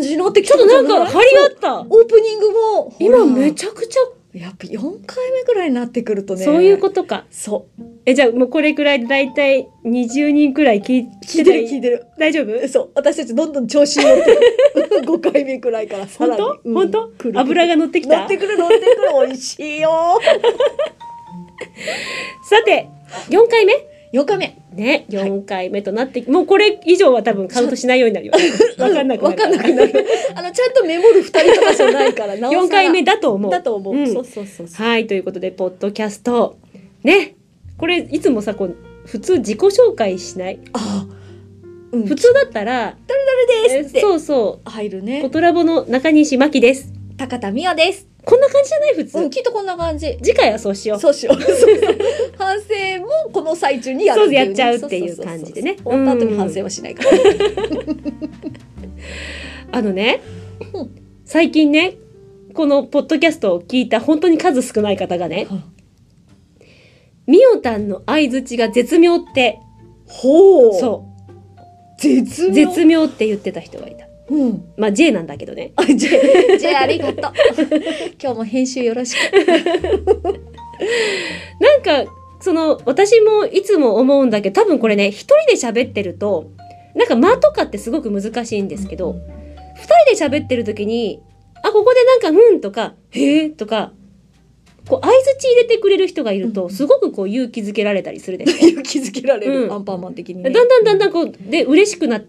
じになってきちょたっとなんかそう張りがあった。オープニングも今ほらめちゃくちやっぱ4回目ぐらいになってくるとゃ、ねそういうことか。そえ、じゃあもうこれくらいで大体20人くらい聞いう聞いてる聞いてる大丈夫そう私たちどんどん調子に乗って る5回目くらいからさ本らに当本当くる油が乗ってき乗たってくる乗ってくる美味し いよさて、4回目4回目ね、4回目となって、もうこれ以上は多分カウントしないようにな るよ。わかんなくなわるかかんなら。くなるあのちゃんとメモる2人とかじゃないからなおさら4回目だと思う。だと思う、うんそうそうそうそうはい、ということで、ポッドキャスト。ね、これいつもさ、こう、普通自己紹介しない。あうん普通だったら、誰え々ですってそうそ入るう、コねトラボの中西真希です。高田美和ですこんな感じじゃない普通、うんきっとこんな感じ次回はそうしよう。そうしようそうそう反省もこの最中にやるそうやっちゃうっていう感じでねそうそうそうそう終わった後に反省はしないから、あのねう、最近ね、このポッドキャストを聞いた本当に数少ない方がね、みおたんの相づちが絶妙って、 ほうそう。絶妙絶妙って言ってた人がいた。うんまあ J なんだけど ね。あじゃじゃあありがとう 今日も編集よろしくなんか、その、私もいつも思うんだけど、多分これね、一人で喋ってると、なんか間とかってすごく難しいんですけど、二人で喋ってる時に、あ、ここでなんか、うんとか、へえとか、こう、相づち入れてくれる人がいると、うんすごくこう、勇気づけられたりするでしょ。勇気づけられる、うんアンパンマン的に、ね、だんだんだんだんこう、で、嬉しくなって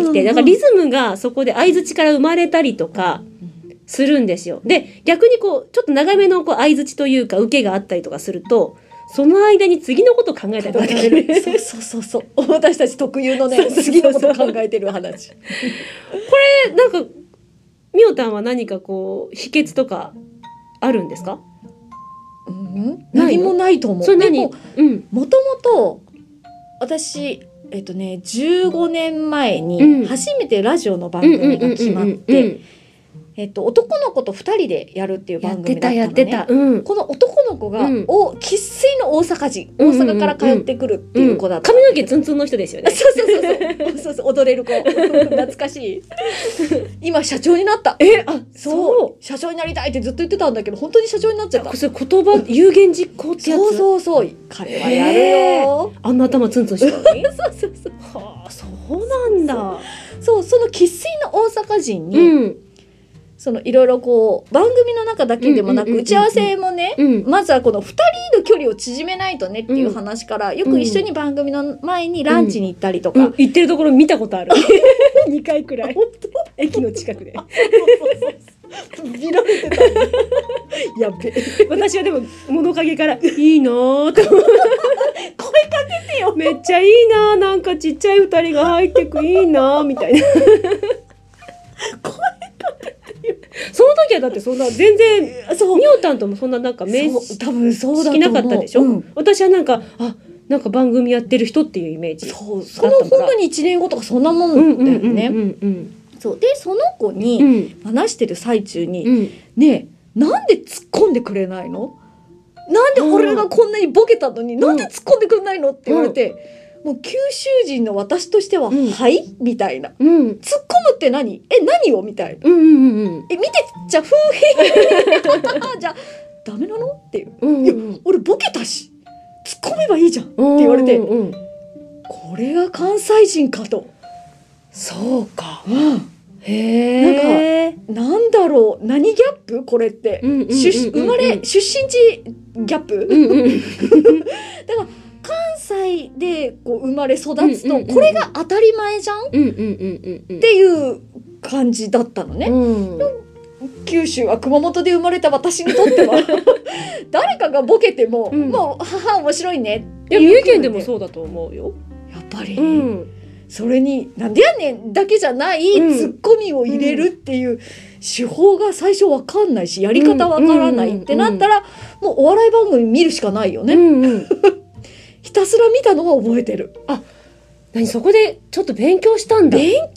きうんうて、んなんかリズムがそこで相づちから生まれたりとか、するんですよ。で、逆にこう、ちょっと長めのこう、相づちというか、受けがあったりとかすると、その間に次のことを考えたりと考かすえる。るそうそうそうそう私たち特有のね次のこと考えてる話えなんか、みおたんは何かこう、秘訣とか、あるんですかうんない何のもないと思うそれ何でもうん。もともと私えっとね15年前うんに初めてラジオの番うんうん組うんうがん決うんまっうてん。えっと男の子と2人でやるっていうやっ番て組だた、ったのねやってた。うん。この男の子がうんお生粋の大阪人うん大うんうん阪から通ってくるっていう子だったんだ髪のけ毛どツンツンの人ですよあね。そうそうそうそうそうそう踊れる子懐かしい今社長になったえあ、そう社長になりたいってずっと言ってたんだけど本当に社長になっちゃったこそれ言葉、有言実行ってやつ。そうそうそう彼はやるよ、あんな頭ツンツンしてたのにそうそうそうはあ、そうなんだ。そうその生粋の大阪人に、うん。そのいろいろこう番組の中だけでもなうんうんうんうんうくん打ち合わせもね、うん。まずはこの2人の距離を縮めないとねっていう話から、よく一緒に番組の前にランチに行ったりとか、うん、行ってるところ見たことある。2回くらい。駅の近くで。見られてたんだ やっべ私はでも物陰から「いいな」 と声かけてよめっちゃいいななんかちっちゃい二人が入ってくいいなみたいな声か けてよその時はだってそんな全然そうみおたんともそんななんか名そう多分そうだと識思うなかったでしょ、うん私はなんかあなんか番組やってる人っていうイメージそうその本当に1年後とかそんなもうんんうんだうよんうんうねんそうでその子うにん話してる最中に、うんねえなんで突っ込んでくれないのなんで俺がこんなにボケたのに、んなんで突っ込んでくれないのって言われて、もう九州人の私としては「うんはい?」みたいなうん「突っ込むって何え何を?」みたいなうんうんうん「え見てじゃあ風評ってことは じゃあダメなの?」っていううんうん「俺ボケたし突っ込めばいいじゃん」ってって言われてうんうんこれが関西人かと。そうか。うんへえ。なんだろう何ギャップこれって、うんうんうんうん出生まれ出身地ギャップ、うんうん。関西でこう生まれ育つうんとうんうんこれが当たり前じゃんっうんうんうんうん。ていう感じだったのね、うん、九州は熊本で生まれた私にとって は誰かがボケても、うんもう母面白いねいや三重県でもそうだと思うよ。やっぱり、ん。それに「なんでやねん」だけじゃないうんツッコミを入れるっていう手法が最初わかんないしやり方わからないってなったらもうお笑い番組見るしかないようねんうん。ひたすら見たのは覚えてる何そこでちょっと勉強したんだ。勉強にな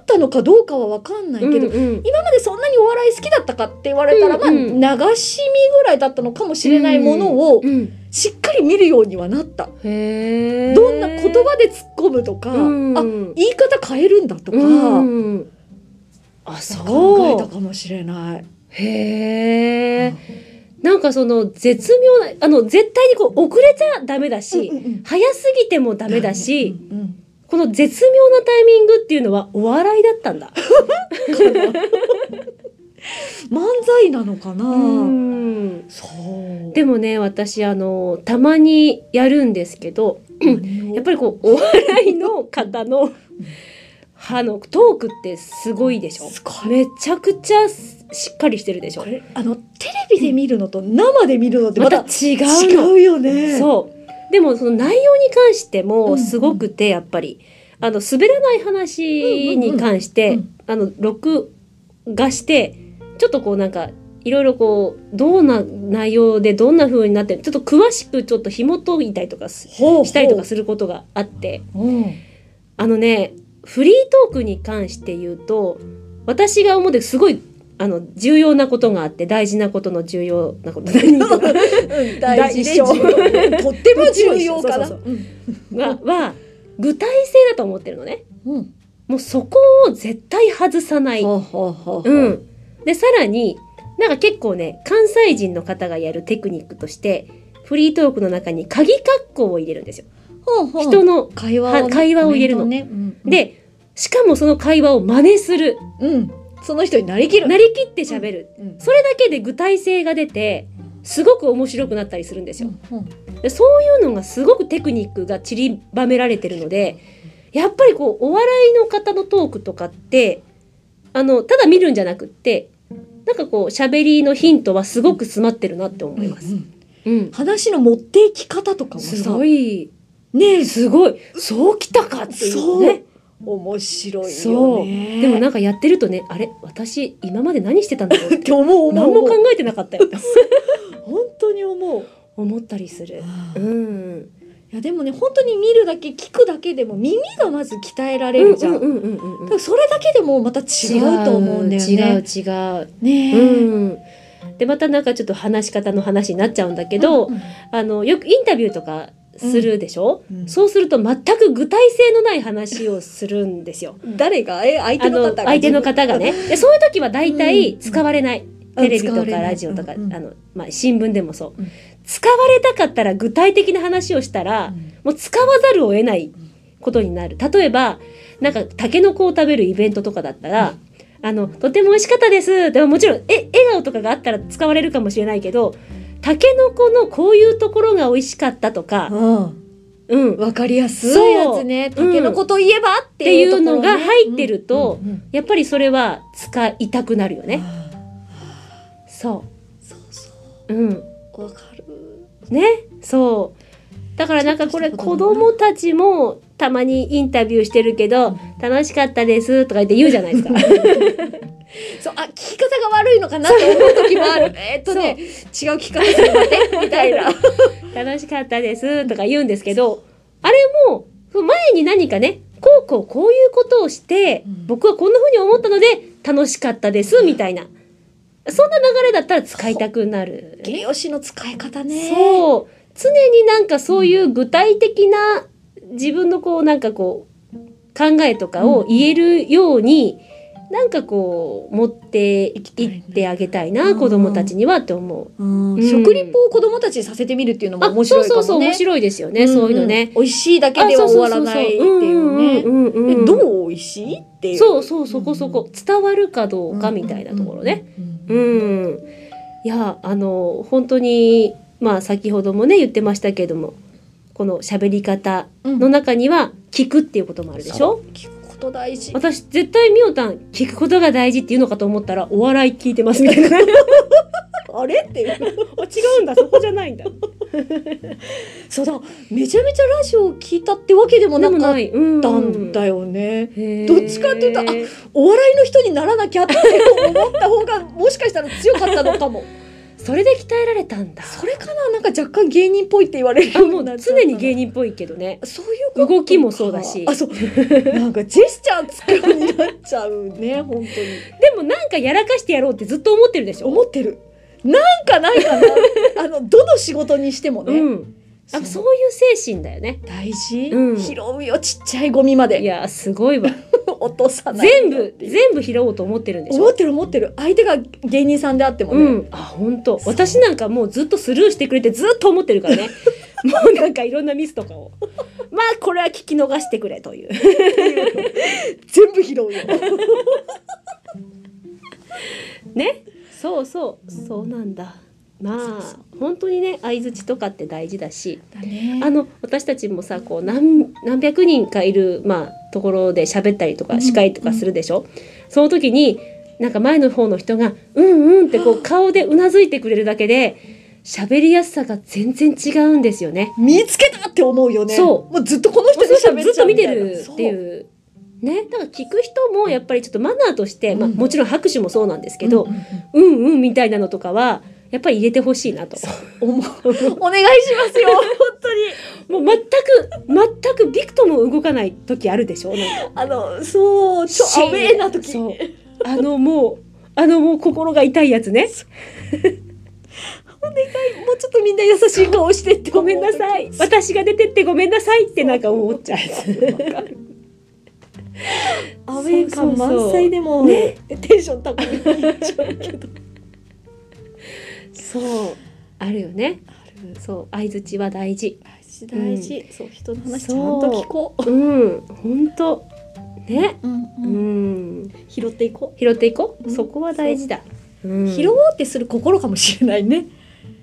ったのかどうかはわかんないけど、うんうん今までそんなにお笑い好きだったかって言われたら、うんうんまあ流し見ぐらいだったのかもしれないものをうんしっかり見るようにはなった、へえ。どんな言葉で突っ込むとか、うんあ言い方変えるんだとか、うんうんあ考えそたうかもしれない。へえなんかその絶妙なあの絶対にこう遅れちゃダメだし、うんうんうん早すぎてもダメだし、うんうんこの絶妙なタイミングっていうのはお笑いだったんだ。漫才なのかな、うんそうでもね私あのたまにやるんですけどややっぱりこうお笑いの方のあのトークってすごいでしょすごいめちゃくちゃしっかりしてるでしょこれあのテレビで見るのと生で見るのってままたた違違うのうよね。そうでもその内容に関してうもんすごくてやっぱりあの滑らない話に関しうんてうんあの録画してちょっとこうなんかいろいろこうどんな内容でどんな風になってるちょっと詳しくちょっと紐解いたりとかすほうしたりとかすることがあってうんあのねフリートークに関して言うと私が思ってすごいあの重要なことがあって大事なことの重要なこと何 とか大事 で大事重要とっても重要かな。そううんがは具体性だと思ってるのねうんもうそこを絶対外さない、ほうほうほうほううん、でさらになんか結構ね関西人の方がやるテクニックとしてフリートークの中に鍵括弧を入れるんですよほうほう人の会話をは会話を入れるのコメントねうんうんでしかもその会話を真似するうんその人になりきる。なりきって喋るうんそれだけで具体性が出てすごく面白くなったりするんですようんでそういうのがすごくテクニックが散りばめられてるのでやっぱりこうお笑いの方のトークとかってあのただ見るんじゃなくってなんかこう喋りのヒントはすごく詰まってるなって思います。うん、話の持っていき方とかもさすごいねえすごいそうきたかっていうね面白いそようね。でもなんかやってるとねあれ私 今まで何してたんだろうっってて思う思何うも思考うえてなかったよ本当に思う。 思ったりする。ういん、やでもね本当に見るだけ聞くだけでも耳がまず鍛えられるじゃん。うんうんうんうんうんだからそれだけでもまた違うと思うんだよね。違う違うねえ。うん、でまたなんかちょっと話し方の話になっちゃうんだけど、うんあのよくインタビューとかするでしょ、うんそうすると全く具体性のない話をするんですよ。誰がえ相あ手のの方が相手の方 がね。でそういう時は大体使われない、あテレビ使とわれかないラジオとか、うんうんあのまあ、新聞でもそう、うん使われたかったら具体的な話をしたら、うんもう使わざるを得ないことになる例えばなんかタケノコを食べるイベントとかだったら、あのとても美味しかったですでももちろんえ笑顔とかがあったら使われるかもしれないけどタケノコのこういうところが美味しかったとか、うんうん、っわかりやすいやつね。そうタケノコといえばってていいううとこのろねが入ってると、うんうんやっぱりそれは使いたくなるようんね。そ、そうそううん、うわかる。ねそうだからなんかこれちょっとしたこ子とだな供たちもたまにインタビューしてるけど「楽しかったです」とか言って言うじゃないですか。そうあ聞き方が悪いのかなって思う時もある。 えーっとね違う聞き方するまでみたいな。楽しかったですとか言うんですけど、あれも、前に何かね、こうこうこういうことをしてうん、僕はこんな風に思ったので、楽しかったですみたいな。そんな流れだったら使いたくなる。形容詞の使い方ね。そう。常になんかそういう具体的な自分のこうなんかこう考えとかを言えるように、なんかこう持っていってあげたいな、子供たちにはって思う。うんうん食リポを子供たちにさせてみるっていうのもあ、面白いかもね。そうそうそう、面白いですよね、んんそういうのね。。美味しいだけあではそう終そうわそらなうそういっていうね。んうんうんえんどう美味しいっていうそうそうそこそこ伝わるかどうかみたいなところね。うんううんん、いやあの本当にまあ先ほどもね言ってましたけどもこの喋り方うんの中には聞くっていうこともあるでしょ、聞くこと大事私絶対みおたん聞くことが大事っていうのかと思ったらお笑い聞いてますみたい なあれっていう違うんだそこじゃない んだそうだめちゃめちゃラジオを聞いたってわけでもでなもかっない、うん、たんだよね、へーどっちかっていうとあお笑いの人にならなきゃって思った方がもしかしたら強かったのかもそれで鍛えられたんだそれかななんか若干芸人っぽいって言われるあよもうになうっちゃ常に芸人人っぽいけどねそういうことか動きもそうだしあそう なんかジェスチャー作るようになっちゃうね本当にでもなんかやらかしてやろうってずっと思ってるでしょ思ってるなんかないかなあの どの仕事にしてもね、うん、そあうそういう精神だよね大事、うん拾うよちっちゃいゴミまいでやすごいわ大 落とさない全部全部拾おうと思ってるんでし思ょってる思ってる相手が芸人さんであってもね、うん、あ本当そう私なんかもうずっとスルーしてくれてずっと思ってるか らねもうなんかいろんなミスとかをまあこれは聞き逃してくれという全部拾うよ ねそうそうそうなんだまあそうそ本当にね相づちとかって大事だしだねあの私たちもさこう何何百人かいる、まあ、ところで喋ったりとうかん司会とかするでしょ、その時になんか前の方の人が「うんうん」ってこう顔でうなずいてくれるだけで喋りやすさが全然違うんですよね。見つけたって思うよねそうもうずっとこの人もうにそうそう喋ずっっちゃとう見みたていなるっていう。ね、だから聞く人もやっぱりちょっとマナーとして、まあ、うんもちろん拍手もそうなんですけそうど、うん、うんみたいなのとかはやっぱり入れてほしいなと。思うお願いします よ本当にもう全く全くびくとも動かない時あるでしょなんかあのそうちょシーアウンェーな時そうあのもうあのもう心が痛いやつねもうちょっとみんな優しい顔してってごめんなさい私が出てってごめんなさいってなんか思っちゃうやつアウェー感満載でもテンション高めにいっちゃうけどそうあるよねそう相づちは大事大事大事、そう人の話ちゃんと聞こうん本当ねう、ううんん拾っていこ拾っていこう、うんそこは大事だう、拾おうってする心かもしれないね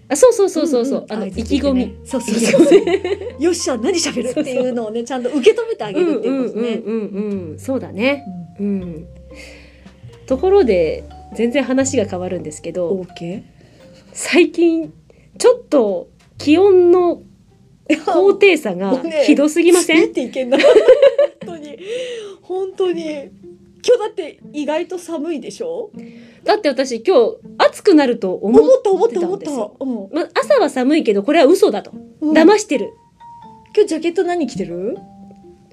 あそうそうそうそうそう、あのんん意気込み、そうそうそうそう よっしゃ何喋るっていうのをねちゃんと受け止めてあげうんるってういうんことうね、んうんうんそうだねうんところで全然話が変わるんですけど、オーケ最近ちょっと気温のー高低差が ひどすぎませついん、ていけんな 本当に本当に今日だって意外と寒いでしょだって私今日暑くなると思思う、った思った思った思うんま、朝は寒いけどこれは嘘だとうん今騙してる、日ジャケット何着てる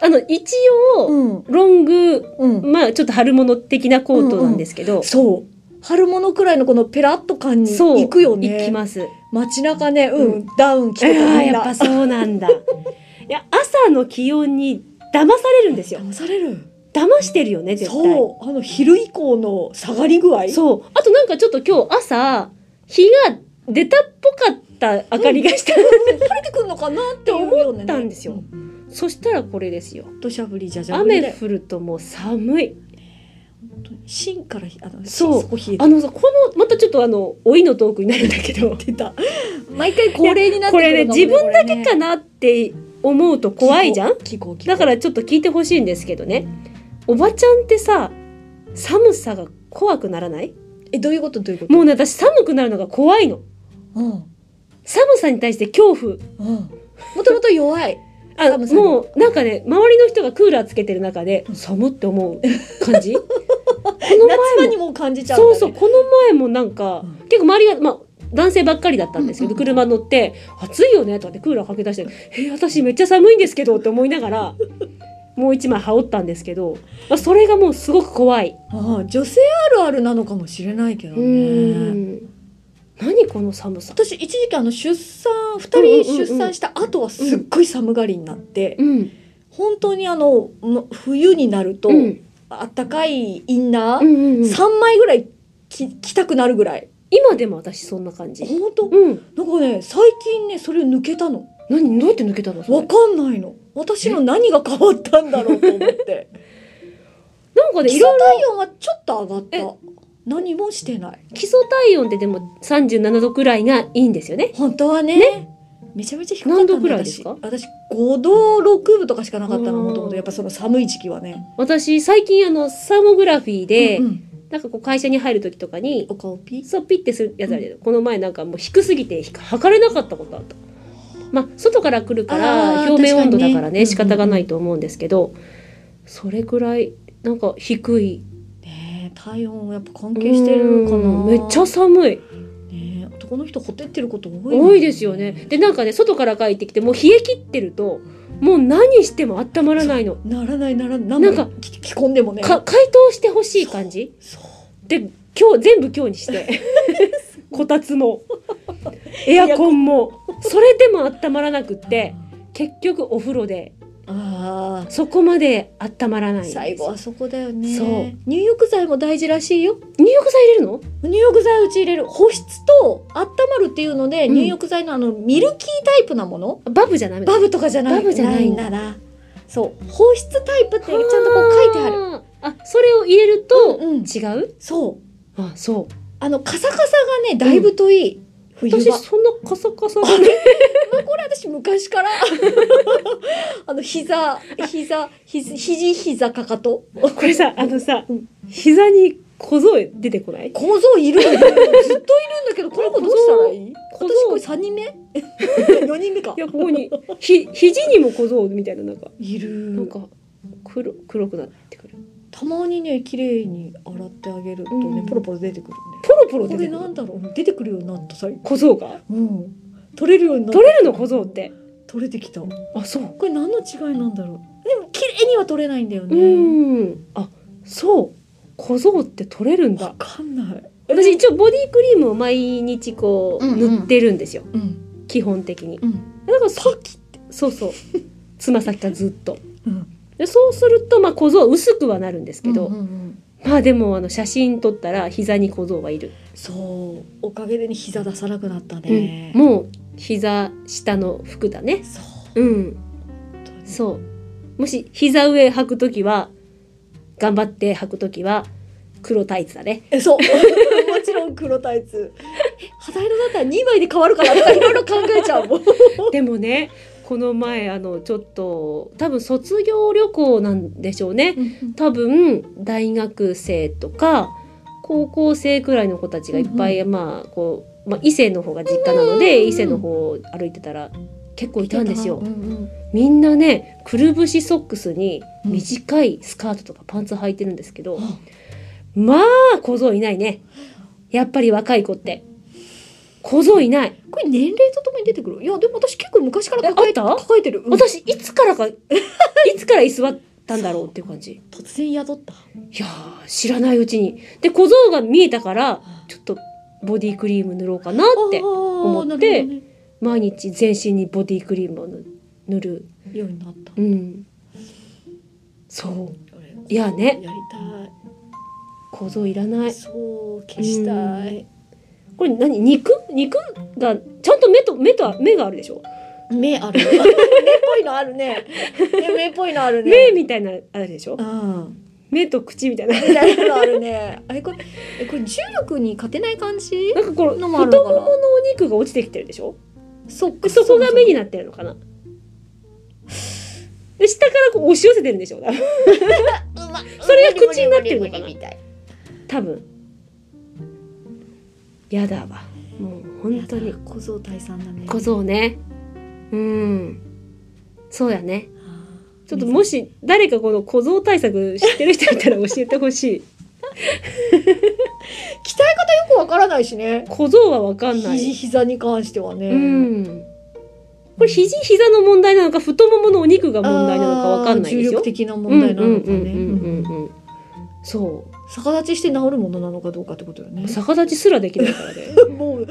あの一応うんロングうんまあちょっと春物的なコートなんですけど、そう春物くらいのこのペラッと感にそう行くよ行きねます街中ねうん、うんダウン着あーてたみんやっなぱそうなん だいや朝の気温に騙されるんですよ騙される騙してるよね絶対そうあの昼以降の下がり具合そう。あとなんかちょっと今日朝、日が出たっぽかった明かりがした。うん晴れてくるのかなっていうようなねって思ったんですようそしたらこれですよ。土砂降りじゃじゃ降り雨で降るともう寒い。芯からあのそう芯そこ冷えてあのさ、この、またちょっとあの、老いのトークになるんだけど、出た毎回恒例になってこれね、自分だけかななって思うと怖いじゃん聞こう聞こうだからちょっと聞いてほしいんですけどね。おばちゃんってさ、寒さが怖くならないえどういうことどういうこともうね、私寒くなるのが怖いの。うん寒さに対して恐怖。うんもともと弱いあ寒さにもうなんかね周りの人がクーラーつけてる中でうん寒って思う感 じこの夏場前もにも感じちゃうそんうだねそうこの前もなんか、うん結構周りが、まあ、男性ばっかりだったんですけうど、んうん車乗って「暑いよね」とかってクーラーかけ出して「え私めっちゃ寒いんですけど」って思いなが らもう一枚羽織ったんですけど、まあ、それがもうすごく怖い。ああ女性あるあるなのかもしれないけどねん何この寒さ、私一時期あの出産うんうんうん2人出産した後はすっごい寒がりになって、うん本当にあのま冬になると、うんあったかいインナうんー、うんうん三3枚ぐらいき着たくなるぐらい今でも私そんな感じ。本当、うん、なんかね最近ねそれを抜けたの何どうやって抜けたのそれわかんないの私の何が変わったんだろうと思ってなんかね基い礎ろいろ体温はちょっと上がっえた何もしてない基礎体温ってでも37度くらいがいいんですよね。本当はねめちゃめちゃ低かったんだ何度くらいですか私5度6分とかしかなかったのうんもともとやっぱその寒い時期はね、私最近あのサーモグラフィーで、うんうんなんかこう会社に入る時とかにお顔ピーそうピッてするやつあるけど、この前なんかもう低すぎてひ測れなかったことあった。まあ外から来るかあらー表面温度だか確らかにねね仕方がないと思うんですけど、それくらいなんか低いねえ体温やっぱ関係してるかうなんめっちゃ寒いねえ男の人ほてってること多いもん多いですよね。でなんかね外から帰ってきてもう冷え切ってるともう何しても温まらないの。ならないならないななんんかか着着込んでもねか解凍してほしい感じ。そうで今日全部今日にして こたつもエアコンもそれでも温まらなくって結局お風呂であそこまで温まらないあんです最後はそこだよねそう入浴剤も大事らしいよ入浴剤入れるの入浴剤うち入れる保湿と温まるっていうので、うん入浴剤のあのミルキータイプなものバブじゃダメバブとかじゃないバブじゃないんなだらそう保湿タイプってちゃんとこう書いてあるるあそれを入れるとうんうん違う、そうあそうあのカサカサがねだいぶ遠い、冬私場そんなカサカサあだれ、まあ、これ私昔から あの膝膝肘肘膝かかと これさあのさうん膝に小僧出てこない構造いるよねずっといるんだけどこの子どうしたらいい私小僧これ3人目 ?4 人目かいやここにひ肘にも小僧みたいななんかいるなんか黒黒くなってくるたまにね綺麗に洗ってあげるとね、うんポロポロ出てくるねポロポロこ出てれくなるんだろう出てくるようになった最近小僧がうん取れるようになった取れるの小僧って取れてきたこあそうれ何の違いなんだろうでも綺麗には取れないんだようねんあそう小僧って取れるんわだかんない私一応ボディクリームを毎日こううんうん塗ってるんですよ、うん基本的にうんだからそパキッそうそう つま先からずっとうんでそうするとまあ小僧は薄くはなるんですけど、うんうんうんまあでもあの写真撮ったら膝に小僧はいる、そうおかげでね膝出さなくなったね、うんもう膝下の服だねそううん本当にそうもし膝上履くときは頑張って履くときは黒タイツだねえそう もちろん黒タイツえ肌色だったら2枚で変わるからとかいろいろ考えちゃうもんでもねこの前あのちょっと多分卒業旅行なんでしょうね多分大学生とか高校生くらいの子たちがいっぱい、まあこう、まあ、伊勢の方が実家なのうんうんうでん伊勢の方を歩いてたら結構いたんですうよん。うんみんなねくるぶしソックスにうん短いスカートとかパンツ履いてるんですけど、あまあ小僧いないねやっぱり若い子って小僧いないこれ年齢とともに出てくるいやでも私結構昔から抱ええあった抱えてる、うん私い つからかいつから居座ったんだろうっていう感じい突然宿ったやー知らないうちにで小僧が見えたからちょっとボディクリーム塗ろうかなって思思って毎日全身にボディクリームを塗塗るようになったうんそう俺いややねりた小僧いらないいそう消したいこれ何肉肉がちゃんと目と目と目があるでしょ目 ある目っぽいのある ねね目っぽいのあるね目みたいなのあるでしょうん目と口みたいなみたいなのあるねあれこれえこれ重力に勝てない感じなんかこののもある太のもかもなのお肉が落ちてきてるでしょそでそこが目になってるのかなで下からこう押し寄せてるんでしょ多分それが口になってるのかなみたい多分やだわもう本当に小僧退散だね小僧ねうんそうやねあーちょっともし誰かこの小僧対策知ってる人いたら教えてほしい鍛え方よくわからないしね小僧は分かんな肘い膝に関してはね、うんこれ肘膝の問題なのか太もものお肉が問題なのか分かんないであー重しょ力的な問題なのかね、うんうんうんうんうんそ逆立ちして治るものなのかどうかってことよねう逆立ちすらできないから ねもう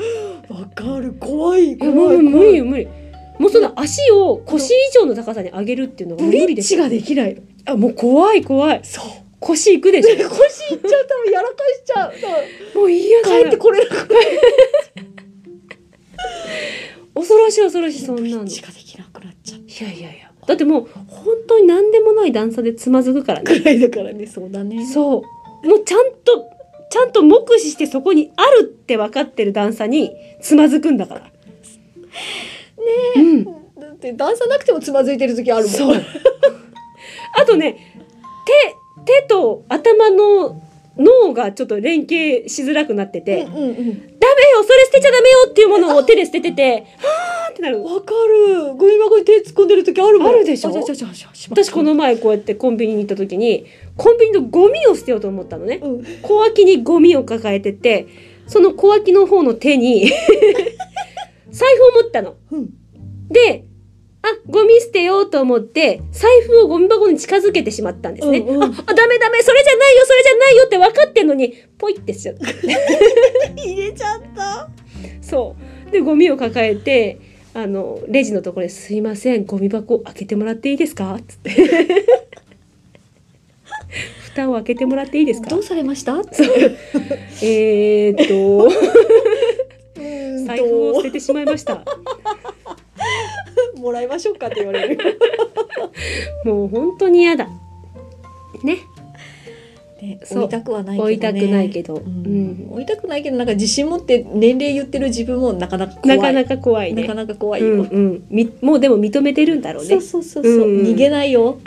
わかる怖いいや怖い怖もうい無理よ無理もうその足を腰以上の高さに上げるっていうのがもうブ無リ理でッすジよができないのあもう怖い怖いそう腰いくで腰しいっちゃう多分やらかしちゃうょもう嫌だ多分帰ってこれなくなる恐ろしい恐ろしいそんなブリのッいジができなくなっちゃうやいやいやだってもう本当に何でもない段差でつまずくからねくらいだからねそうだねそうもうちゃんとちゃんと目視してそこにあるって分かってる段差につまずくんだからねえ、うん、だって段差なくてもつまずいてる時あるもんそうあとね手手と頭の脳がちょっと連携しづらくなってて「うんうんダメよそれ捨てちゃダメよ」っていうものを手で捨ててて「はあ」ってなるうんわかるゴミ箱に手突っ込んでる時あるもんあるでしょあじゃあじゃあじゃあじゃあしまった私この前こうやってコンビニに行った時にコンビニのゴミを捨てようと思ったのねうん小脇にゴミを抱えててその小脇の方の 手に財布を持ったのうんであゴミ捨てようと思って財布をゴミ箱に近づけてしまったんですね、うんうんああダメダメそれじゃないよそれじゃないよって分かってんのにポイってしち ゃった入れちゃったそうでゴミを抱えてあのレジのところで「すいませんゴミ箱開けてもらっていいですか?」っつ って「蓋を開けてもらっていいですか?どうされました？うん」えーっと「財布を捨とててしまいました」もらいましょうかって言われる。もう本当に嫌だね ね、そう追いたくはないけどね。追いたくないけど、うんうん追いたくないけどなんか自信持って年齢言ってる自分もなかなか怖い。なかなか怖いねなかなか怖いよ。うんうん、みもうでも認めてるんだろうそねうそうそうそう、うんうん逃げないよ。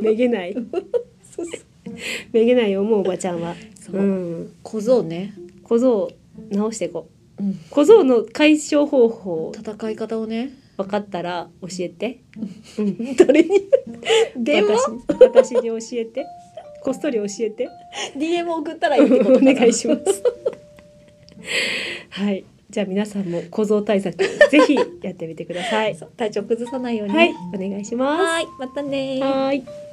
めげないそうそうめげないよもうおばちゃんはそううん小僧ね、小僧を直していこううん、小僧の解消方法戦い方を ね分かったら教えて、うん、誰に電話私私に教えてこっそり教えて DM 送ったらいいってことおかな願いしますはいじゃあ皆さんも小僧対策ぜひやってみてくださいそう体調崩さないようにねはいお願いしますはいまたねーはーい